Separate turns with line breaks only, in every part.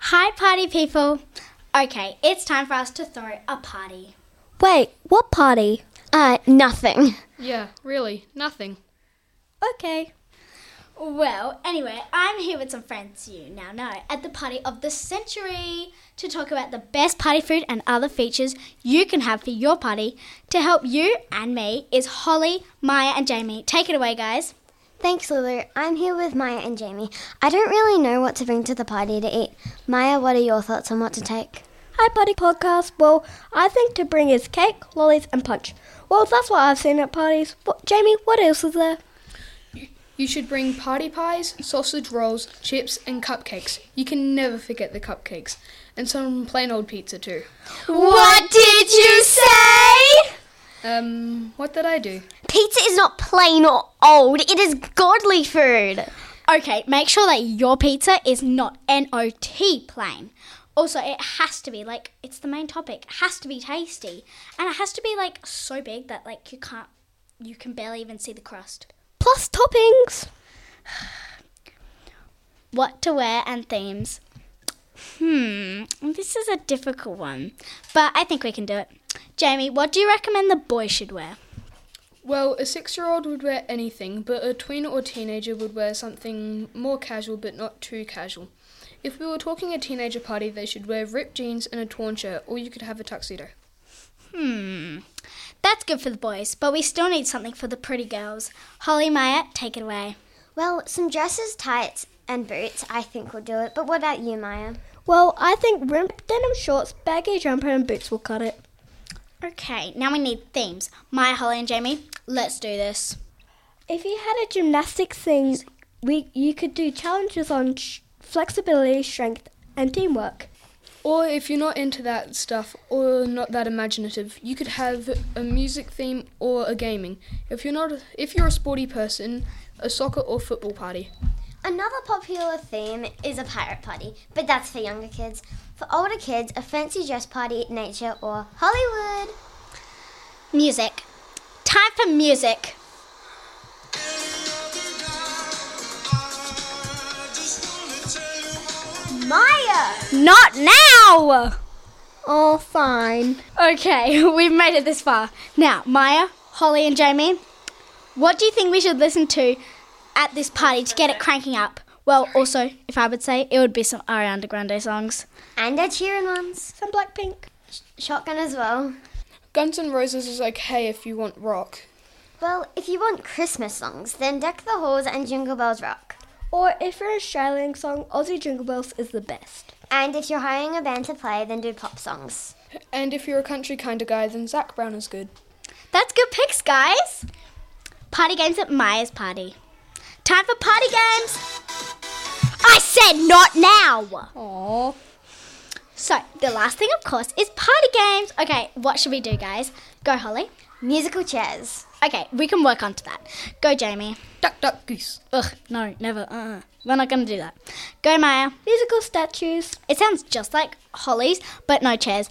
Hi, party people. Okay, it's time for us to throw a party.
Wait, what party?
Uh, nothing.
Yeah, really, nothing.
Okay.
Well, anyway, I'm here with some friends you now know at the party of the century to talk about the best party food and other features you can have for your party. To help you and me is Holly, Maya, and Jamie. Take it away, guys.
Thanks, Lulu. I'm here with Maya and Jamie. I don't really know what to bring to the party to eat. Maya, what are your thoughts on what to take?
Hi, Party Podcast. Well, I think to bring is cake, lollies, and punch. Well, that's what I've seen at parties. What, Jamie, what else is there?
You should bring party pies, sausage rolls, chips, and cupcakes. You can never forget the cupcakes. And some plain old pizza, too.
What did you say?
Um, what did I do?
Pizza is not plain or old, it is godly food.
Okay, make sure that your pizza is not NOT plain. Also, it has to be like it's the main topic. It has to be tasty, and it has to be like so big that like you can't, you can barely even see the crust.
Plus toppings.
What to wear and themes. Hmm, this is a difficult one, but I think we can do it. Jamie, what do you recommend the boy should wear?
Well, a six year old would wear anything, but a tween or teenager would wear something more casual but not too casual. If we were talking a teenager party, they should wear ripped jeans and a torn shirt, or you could have a tuxedo.
Hmm, that's good for the boys, but we still need something for the pretty girls. Holly Maya, take it away.
Well, some dresses, tights, and boots I think will do it, but what about you, Maya?
Well, I think ripped denim shorts, baggy jumper, and boots will cut it.
Okay, now we need themes. Maya, Holly, and Jamie, let's do this.
If you had a gymnastics thing, we you could do challenges on sh- flexibility, strength, and teamwork.
Or if you're not into that stuff or not that imaginative, you could have a music theme or a gaming. If you're not if you're a sporty person, a soccer or football party.
Another popular theme is a pirate party, but that's for younger kids. For older kids, a fancy dress party, nature, or Hollywood.
Music. Time for music.
Maya!
Not now!
Oh, fine.
Okay, we've made it this far. Now, Maya, Holly, and Jamie, what do you think we should listen to at this party to get it cranking up? Well, also, if I would say, it would be some Ariana Grande songs.
And Ed Sheeran ones.
Some Blackpink.
Shotgun as well.
Guns N' Roses is okay if you want rock.
Well, if you want Christmas songs, then Deck the Halls and Jingle Bells Rock.
Or if you're Australian song, Aussie Jingle Bells is the best.
And if you're hiring a band to play, then do pop songs.
And if you're a country kind of guy, then Zach Brown is good.
That's good picks, guys. Party games at Maya's party. Time for party games. I said not now.
Aww.
So, the last thing, of course, is party games. Okay, what should we do, guys? Go, Holly.
Musical chairs.
Okay, we can work onto that. Go, Jamie.
Duck duck goose.
Ugh, no, never. Uh, we're not gonna do that. Go, Maya.
Musical statues.
It sounds just like Holly's, but no chairs.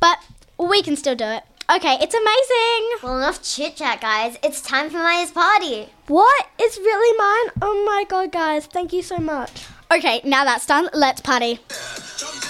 But we can still do it. Okay, it's amazing.
Well, enough chit chat, guys. It's time for Maya's party.
What? It's really mine? Oh my god, guys, thank you so much.
Okay, now that's done. Let's party.
Jump